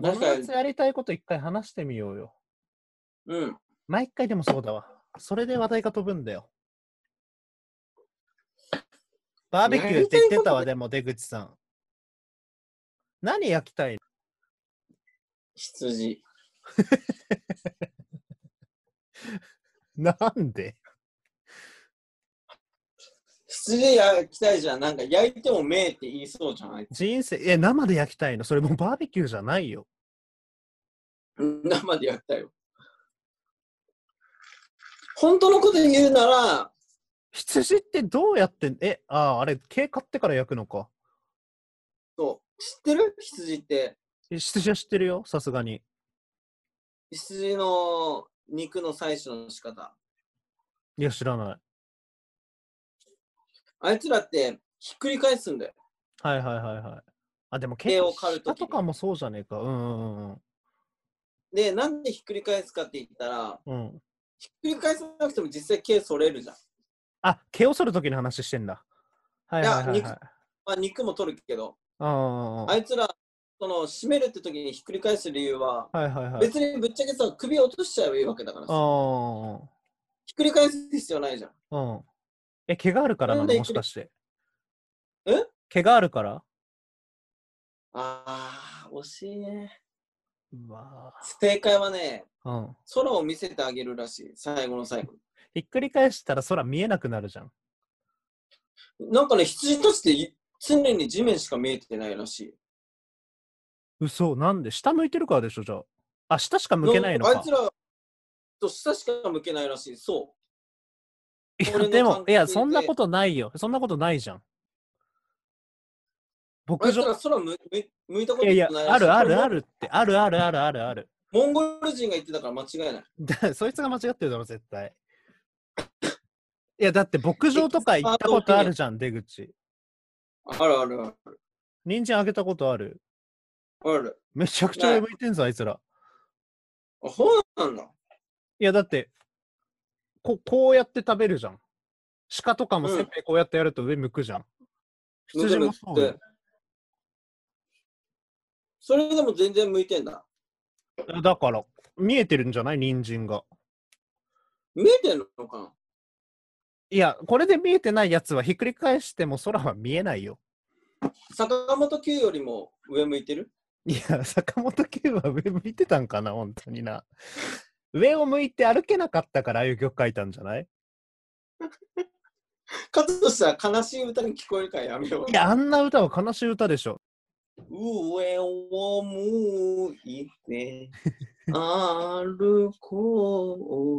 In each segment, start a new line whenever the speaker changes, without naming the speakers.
確
5
かに
月やりたいこと一回話してみようよ。
うん。
毎回でもそうだわ。それで話題が飛ぶんだよ。バーベキューって言ってたわ、でも出口さん。何焼きたい
羊。
のなんで
羊焼きたいじゃん。なんか焼いてもめえって言いそうじゃない
人生、え、生で焼きたいのそれもうバーベキューじゃないよ。
生で焼きたいよ。本当のこと言うなら、
羊ってどうやってん、え、ああ、あれ、毛買ってから焼くのか。
そう。知ってる羊って。
え羊は知ってるよ、さすがに。
羊の肉の採取の仕方。
いや、知らない。
あいつらってひっくり返すんだよ。
はいはいはいはい。あ、でも毛
毛を刈る
下
とき
とかもそうじゃねえか。うんうんうん
で、なんでひっくり返すかって言ったら、
うん。うん。
ひっくり返さなくても実際毛剃れるじゃん。
あ、毛を剃るときの話してんだ。はいはいはい、
いや
はい。
まあ、肉も取るけど、
あ
あいつら、その、締めるって時にひっくり返す理由は、
あ、はいはいはい。
別にぶっちゃけさ、首落としちゃえばいいわけだから
あ
さ、
あ、
ひっくり返す必要ないじゃん。
うん。え、毛があるからな
なん
の
で
もしかして。
え
毛があるから
あー、惜しいね。
うわ
正解はね、
ぁうん。
空を見せてあげるらしい、最後の最後。
ひっくり返したら空見えなくなるじゃん。
なんかね、羊たちってい常に地面しか見えてないらしい。
嘘、なんで下向いてるからでしょ、じゃあ。あ、下しか向けないのか。
あいつら、と下しか向けないらしい、そう。
いや、
俺の
で
感
も、
覚
いや、
で
そんなことないよ。そんなことないじゃん。
あ
牧
いつ
場、
ら空向向向いたこ
い
と
や
ない
いや
らしい。、
あるあるあ
る。
るって、あるあるあるあるある。
モンゴル人が言ってたから間違いない。
だ そいつが間違ってるだろ、絶対。いや、だって牧場とか行ったことあるじゃん、出口。
あるあるある。
人参あげたことある。
ある。
めちゃくちゃ上向いてんぞ、あいつら。
あ、そうなんだ。
いや、だって、ここうやって食べるじゃん。鹿とかも
うん
せんべいこうやってやると上向くじゃん。羊もそう
向いて
よ
るって。それでも全然向いてんだ。
だから、見えてるんじゃない人参が。
見えてんのかない
や、これで見えてないやつはひっくり返しても空は見えないよ。
坂本九よりも上向いてる
いや、坂本九は上向いてたんかな、本当にな。上を向いて歩けなかったから、ああいう曲書いたんじゃない
かつとしたら悲しい歌に聞こえるからやめよう。
いや、あんな歌は悲しい歌でしょ。
上を向い て歩こ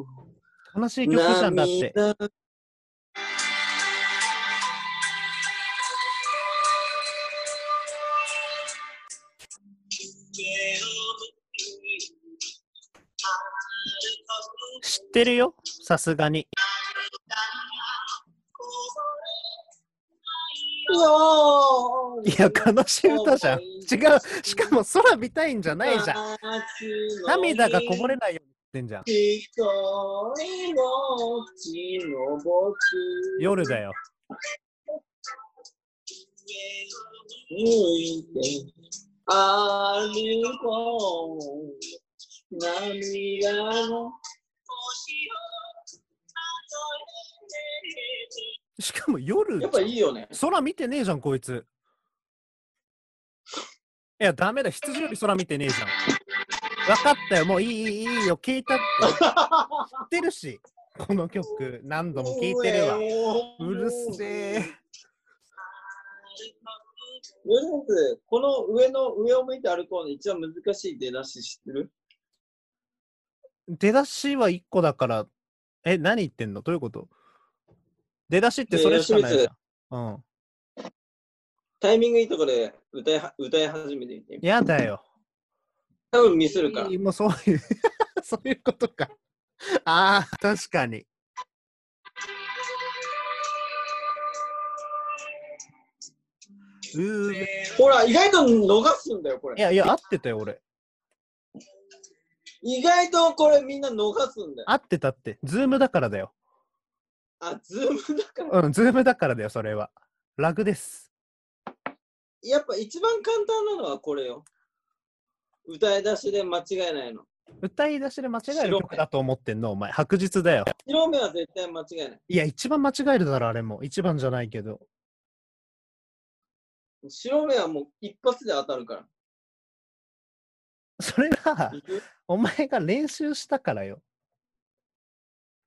う。
悲しい曲じゃんだって。
涙
知ってるよ、さすがに。いや、悲しい歌じゃん。違う、しかも空見たいんじゃないじゃん。涙がこぼれないように言ってんじゃん。
一人ぼっちの僕
夜だよ。
向いて歩こう涙の
しかも夜
やっぱいいよね
空見てねえじゃん、こいつ。いや、ダメだ、羊より空見てねえじゃん。分かったよ、もういい、いい、いいよ、聞いたって。知ってるし、この曲、何度も聞いてるわ。うるせえ。
ヨネズこの上の上を向いて歩こうの一番難しい出だし知ってる
出だしは1個だから、え、何言ってんのどういうこと出だしってそれしかないじゃん。うん。
タイミングいいとこで歌いは歌い始めてみて
やだよ。
多分ミスるから
もうそういう、 そういうことか。ああ、確かに。うー
ほら意外と逃すんだよこ
い
れ
やいや、合ってたよ、俺。
意外とこれみんな逃すんだよ
合ってたって。ズームだからだよ。
あズームだから
うん、ズームだからだよ、それは。ラグです。
やっぱ一番簡単なのはこれよ歌い出しで間違えないの。
歌い出しで間違える曲だと思ってんの、お前。白日だよ。
白目は絶対間違えない。
いや、一番間違えるだろ、あれも。一番じゃないけど。
白目はもう一発で当たるから。
それが、
いく
お前が練習したからよ。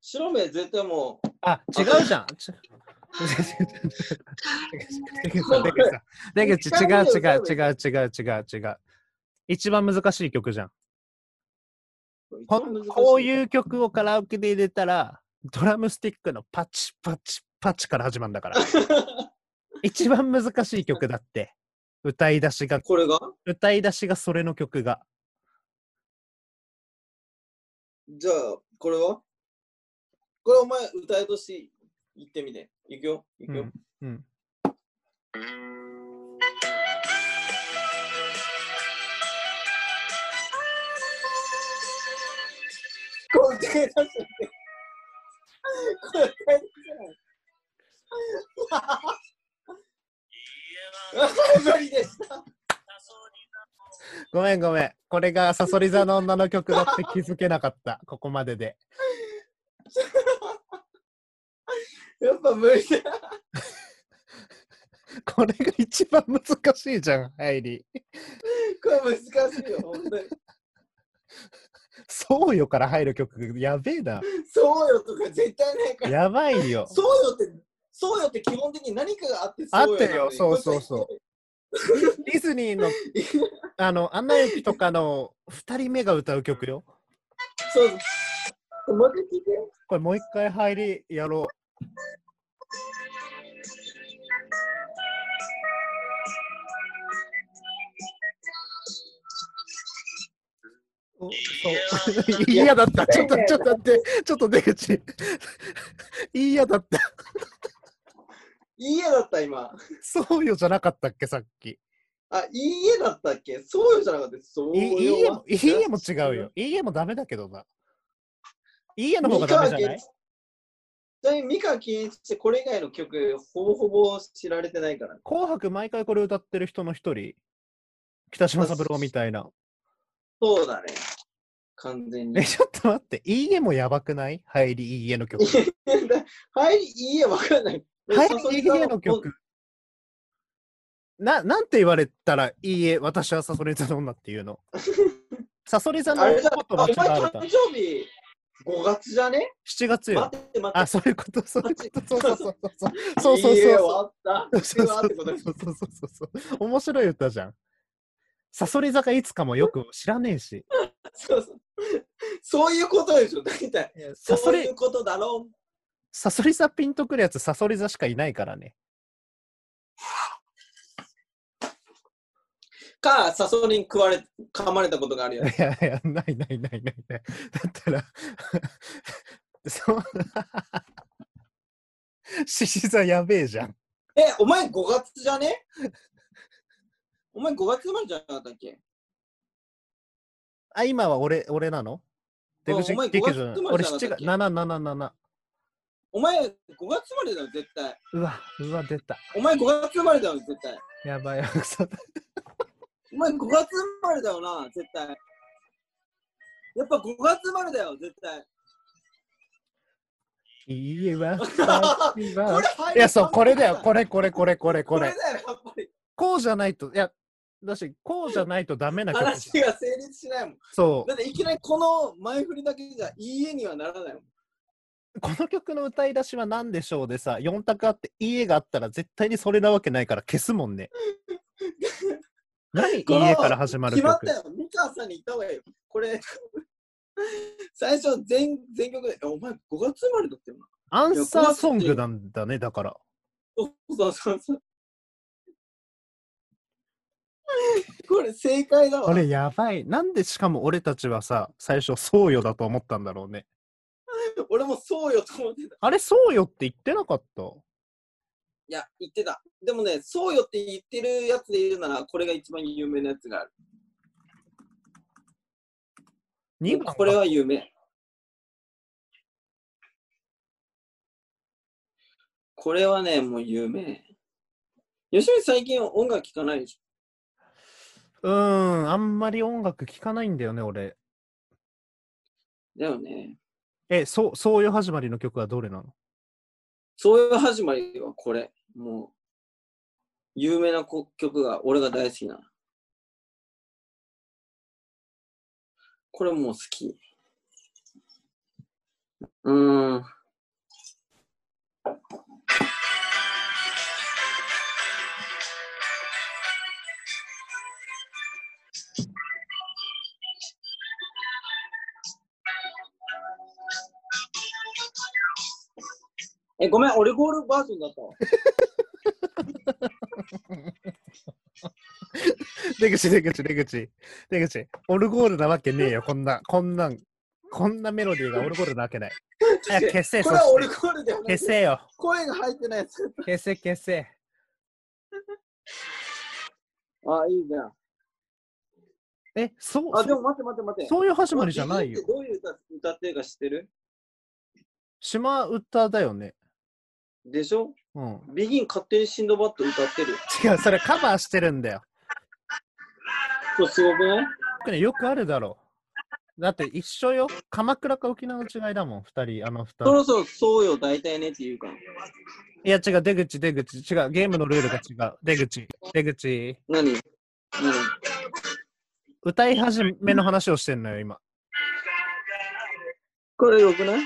白目絶対もう、
あ、違うじゃ ん。ちだけどさだけどさだけど違う違う違う違う違う違う。一番難しい曲じゃん。ここう
う。
いう曲をカラオケで入れたら、ドラムスティックのパチパチパチから始まるんだ から。一番難しい曲だって。歌い出しが、
これが
歌い出しがそれの曲が。
じゃあ、これはこれお前歌いとして言ってみて。いくよ。いくよ。
うんうん。
これ歌い出しだよこれ歌い出しじゃない。無理でした。
ごめんごめん。これがサソリ座の女の曲だって気づけなかった。ここまでで。
やっぱ無理だ。
これが一番難しいじゃん、入り。
これ難しいよ、本当に。
そうよから入る曲、やべえ な。
そうよとか絶対ないから。
やばいよ。
そうよって、そうよって基本的に何かがあってそうよなのに。
あってるよそうそうそうディズニ ーの、あの、アナ雪とかの2人目が歌う曲よ。
そうそう。もう一回聞いて。
これもう一回入りやろう。おそう 嫌だった。ちょっと、ちょっと待って。ちょっと出口。 嫌だった。
いい家だった、今。
そうよじゃなかったっけ、さっき。
あ、いい家だったっけそうよじゃなかった。そう
い
よ。
い家も、いい家も違うよ。いい家もダメだけどな。いい家の方がダメじゃない
ちなみに美川憲一ってこれ以外の曲ほぼほぼ知られてないから。
紅白毎回これ歌ってる人の一人。北島三郎みたい な。
そうだね。完全に
え、。ちょっと待って、いいえもやばくない入りいいえの曲。
はい、いい家わかんない。
入りいいえの曲。な、なんて言われたらいいえ、私はサソリ座の女っていう の。サソリ座の
あれじゃ、
こと
あ
間
お前
違われ
誕
た。
生日5月じゃね
7月よ。
待って待
あ、
って。
そういうこと、そういう こと、そうそう
そ
そうそう。そうそう
いい家
そう。
はあった。
そ
そ
う
れ
そ
は
う
ってこと
そうそうそうそうそう。面白い歌じゃん。サソリ座がいつかもよく知らねえし。
そうそう。そういうことでしょ、大体。
サソ
そう
リ
いう、ことだろう。
サソリ座ピンとくるやつサソリ座しかいないからね。
か、サソリに食われ、噛まれたことがあるよ。
いやいや、ないないないないない。だったら、そう、獅子座やべえじゃん。
え、お前5月じゃねお前5月生まれじゃなかったっけ
あ、今は俺、俺なの出口
お前
劇場じゃない
五月生まれ
俺
じゃ
7月、
なかったっけ
7、7、7。
お前5月生まれだよ、絶対。
うわ、うわ、出た。
お前5月生まれだよ、絶対。
やばい、くそ
お前5月生まれだよな、絶対。やっぱ5月生まれだよ、絶対。
いいえわ。いい
こ
わ
れ入る
いや、そう、これだよ。これ、これ、これ、これ、こ
これ
れ。
だよ、やっぱり。
こうじゃないと、いや、だし、こうじゃないとダメな曲じゃん。
話が成立しないもん。
そ
だっていきなりこの前振りだけじゃいい家にはならないもん。
う。この曲の歌い出しは何でしょうでさ、4択あって、家があったら絶対にそれなわけないから消すもんね。 何、
この
家から始まる
決まっ
曲
た。よ、美川さんに言った方がいいよ。これ、最初全、全曲で、えお前5月生まれだったよな。
アンサーソングなんだね、だから。
そうそうそうそう。 これ正解だわ。
あれ、やばい。なんでしかも俺たちはさ、最初、そうよだと思ったんだろうね。
俺もそうよと思ってた。
あれ、そうよって言ってなかった。
いや、言ってた。でもね、そうよって言ってるやつで言うなら、これが一番有名なやつがある。
2番
これ
が
は有名。これはね、もう有名。吉見最近音楽聴かないでし
うーん、あんまり音楽聴かないんだよね、俺。
だよね。
え、そう、そういう始まりの曲はどれなの
そういう始まりはこれ。もう、有名なこ曲が、俺が大好きな。これもう好き。うーん。え、ごめん、オルゴールバージョンだったわ。
出口、出口、出口、出口。オルゴールなわけねえよ、こんな、こんなん、こんなメロディーがオルゴールなわけない。 早く消せ、
これは
そ
オ
して
ルゴールではない
消。せよ、
声が入ってないやつ。
消せ、消せ。
あ、いいじゃん。
え、そう、
あ、でも待って待って待って。
そういう始まりじゃないよ
待って。どういう歌歌ってるか知ってる
島歌だよね。
でしょ
うん。
ビギン勝手にシンドバッド歌ってるよ。
違う、それカバーしてるんだよ。
これすごくない
ね、よくあるだろう。だって一緒よ。鎌倉か沖縄の違いだもん、二人、あの二
そ
人。
ろそろそうよ、大体ねって言うから。
いや、違う、出口、出口、違う。ゲームのルールが違う。出口、出口。
何何
歌い始めの話をしてんのよ、今。
これよくないや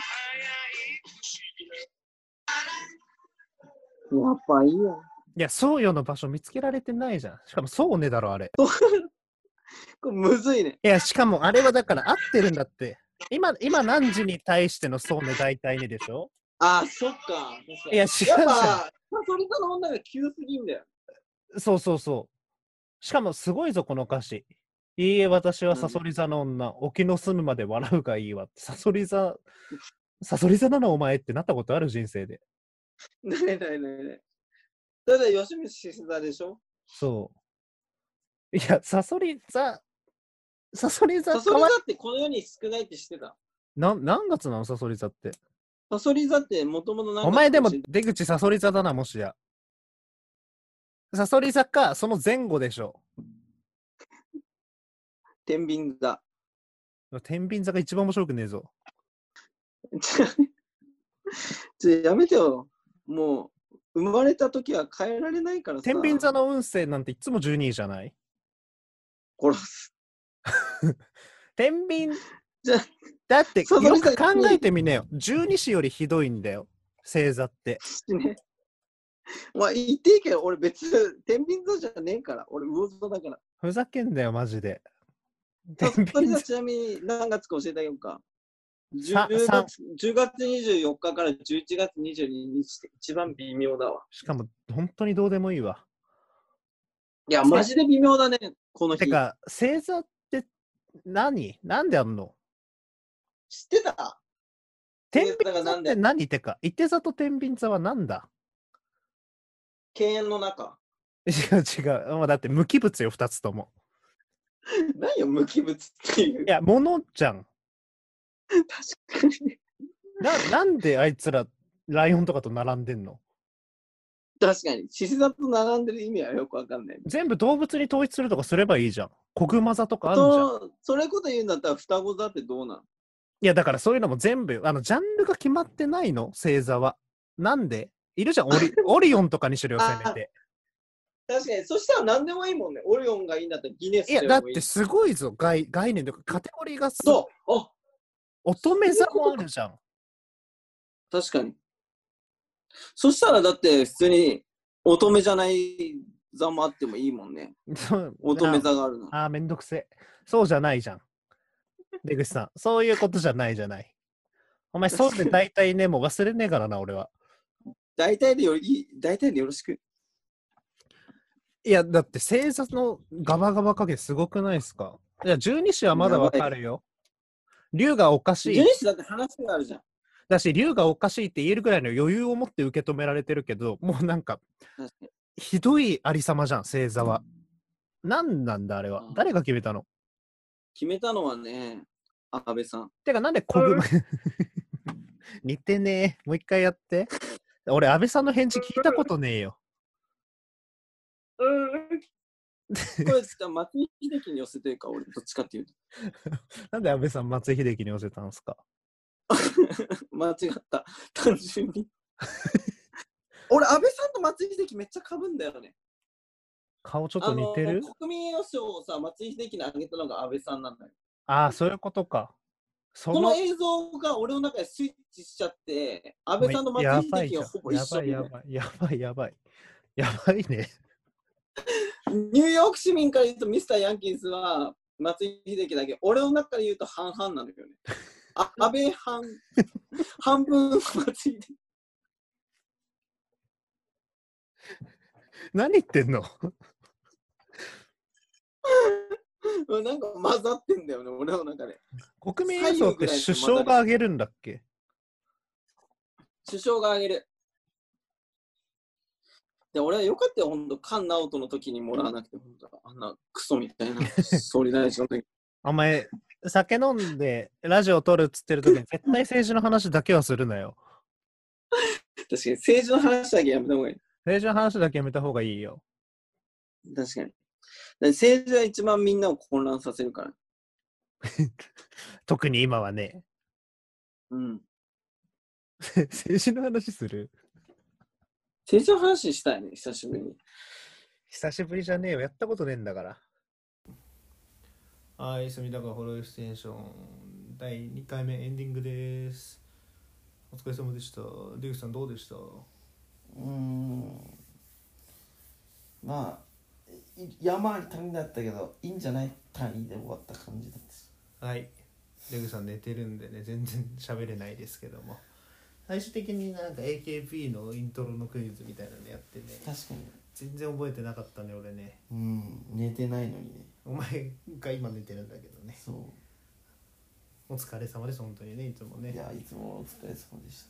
っぱいいよ。
いや、そうよの場所見つけられてないじゃん。しかも、そうねだろ、あれ。
これむずいね。
いや、しかも、あれはだから合ってるんだって。今、今何時に対してのそうね、大体ねでしょ
あ、そっか。確かに
いや、違うじ
やっぱ、
ゃん。
サソリ座の女が急すぎんだよ。
そうそうそう。しかもすごいぞ、この歌詞。いいえ、私はサソリ座の女、沖の住むまで笑うがいいわ。サソリ座、サソリ座なのお前ってなったことある人生で。
ないないないない。だって吉光獅子座でしょ
そう。いや、サソリ座、サソリ座
サソリ
かわ
座
い
ってこの世に少ないって知ってた。
なん何月なの、サソリ座って。
サソリ座ってもともとなんか
お前でも出口サソリ座だな、もしや。サソリ座か、その前後でしょ。
天秤座。
天秤座が一番面白くねえぞ。
ちょちょやめてよ。もう生まれた時は変えられないからさ。
天秤座の運勢なんていつも12位じゃない
殺す。
天秤
じゃあ
だって
そ
よ
の
く考えてみなよ。十二支よりひどいんだよ。星座って。
ね。 まあ言っていいけど、俺別に天秤座じゃねえから。俺魚座だから。
ふざけんなよ、マジで。天
サソ
秤
リ座
座
ちなみに何月か教えてあげようか。
さ
10,
さん
月10月24日から11月22日って一番微妙だわ。
しかも、本当にどうでもいいわ。
いや、マジで微妙だね、この日。
てか、星座って何なんであんの
知ってた
天
星座
秤
が
座
な
っ
ん
て
で
何てか、伊手座と天秤座は何だ
敬遠の中。
違う違う。まあだって無機物よ、二つとも。
何よ、無機物っていう
い。や、物じゃん。
確かに。
ななんであいつら、ライオンとかと並んでんの
確かに。獅子座と並んでる意味はよくわかんない。
全部動物に統一するとかすればいいじゃん。子熊座とかあるじゃん。
そそれこと言うんだったら双子座ってどうなん
いや、だからそういうのも全部よ、あの、ジャンルが決まってないの星座は。なんでいるじゃん、オ リオリオンとかにしろよ、せめて。
確かに。そしたら何でもいいもんね。オリオンがいいんだったらギネス
い
でも
や、
いい。
だってすごいぞ、概概念とか、カテゴリーがすごい。
そう。あ、
乙女座もあるじゃん。
確かに。そしたらだって普通に乙女じゃない座もあってもいいもんね。
そう
乙女
な
座があるの。
ああー、めんどくせえ。そうじゃないじゃん。出口さん、そういうことじゃないじゃない。お前、そうで大体ね、もう忘れねえからな、俺は。
大体でより、大体でよろしく。
いや、だって星座のガバガバ加減すごくないですかいや、十二支はまだわかるよ。竜がおかしい。
ジュニスだって話があるじゃん。
だし、竜がおかしいって言えるぐらいの余裕を持って受け止められてるけど、もうなんか、
確かに
ひどいありさまじゃん、星座は。なんなんだ、あれは
う。ん
誰が決めたの
決めたのはね、安倍さん。
てか、なんで小熊。似てねえ。もう一回やって。俺、安倍さんの返事聞いたことねえよ。
これ、松井秀喜に寄せてるか、俺、どっちかっていうと。
なんで安倍さん、松井秀喜に寄せたんですか
間違った。単純 に。俺、安倍さんと松井秀喜めっちゃ被んだよね。
顔ちょっと似て
あ
る
の国民栄誉賞をさ、松井秀喜にあげたのが安倍さんなんだよ。
ああー、そういうことか。そ
こ
の
の映像が俺の中でスイッチしちゃって、安倍さんと松井秀喜がほぼ一緒みた
や
いな
ばい、やばい、やばい。やばいね。
ニューヨーク市民から言うとミスターヤンキースは松井秀喜だけど俺の中で言うと半々なんだけどね。 あ安倍半半分松井秀喜
何言ってんの
なんか混ざってんだよね俺の中で。
国民栄誉賞って首相があげるんだっけ
首相が挙げる。で俺はよかったよ、本当菅直人の時にもらわなくて、本当あんなクソみた いな総理大臣の時
お前、酒飲んでラジオ撮るっつってる時に絶対政治の話だけはするなよ。
確かに政治の話だけやめた方がいい。
政治の話だけやめた方がいいよ。
確かに。だから政治は一番みんなを混乱させるから。
特に今はね。
うん。
政治の話する
政治の話したいね、久しぶりに。
久しぶりじゃねえよ。やったことねえんだから。はい、隅田川ホロエクステンション第2回目エンディングです。お疲れ様でした。出口さんどうでした
うーんまあい山あり谷だったけどいいんじゃない谷で終わった感じなんです
はい。レグさん寝てるんでね、全然喋れないですけども。最終的になんか AKB のイントロのクイズみたいなのやってね、
確かに
全然覚えてなかったね、俺ね。
うん寝てないのにね
お前が今寝てるんだけどね。
そ
お疲れ様です、本当にね、いつも
うい
ね。
やいつもお疲れ様でし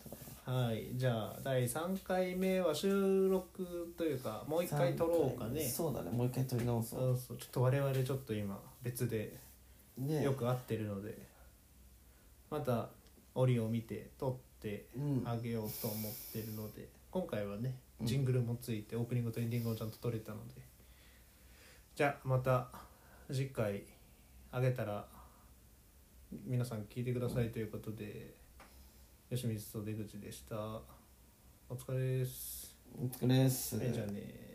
た
はい。じゃあ、第3回目は収録というか、もう1回撮ろうかね。
そうだねもう一回撮り直
そ
そ
ううそう。ちょっと我々ちょっと今、別で
ね
よく会ってるので、また折を見て撮って、
うん
あげようと思ってるので今回はね
うん
ジングルもついてオープニングとエンディングもちゃんと撮れたのでじゃあまた次回あげたら皆さん聞いてくださいということで吉水と出口でしたお疲れです
お疲れっす
ええじゃあね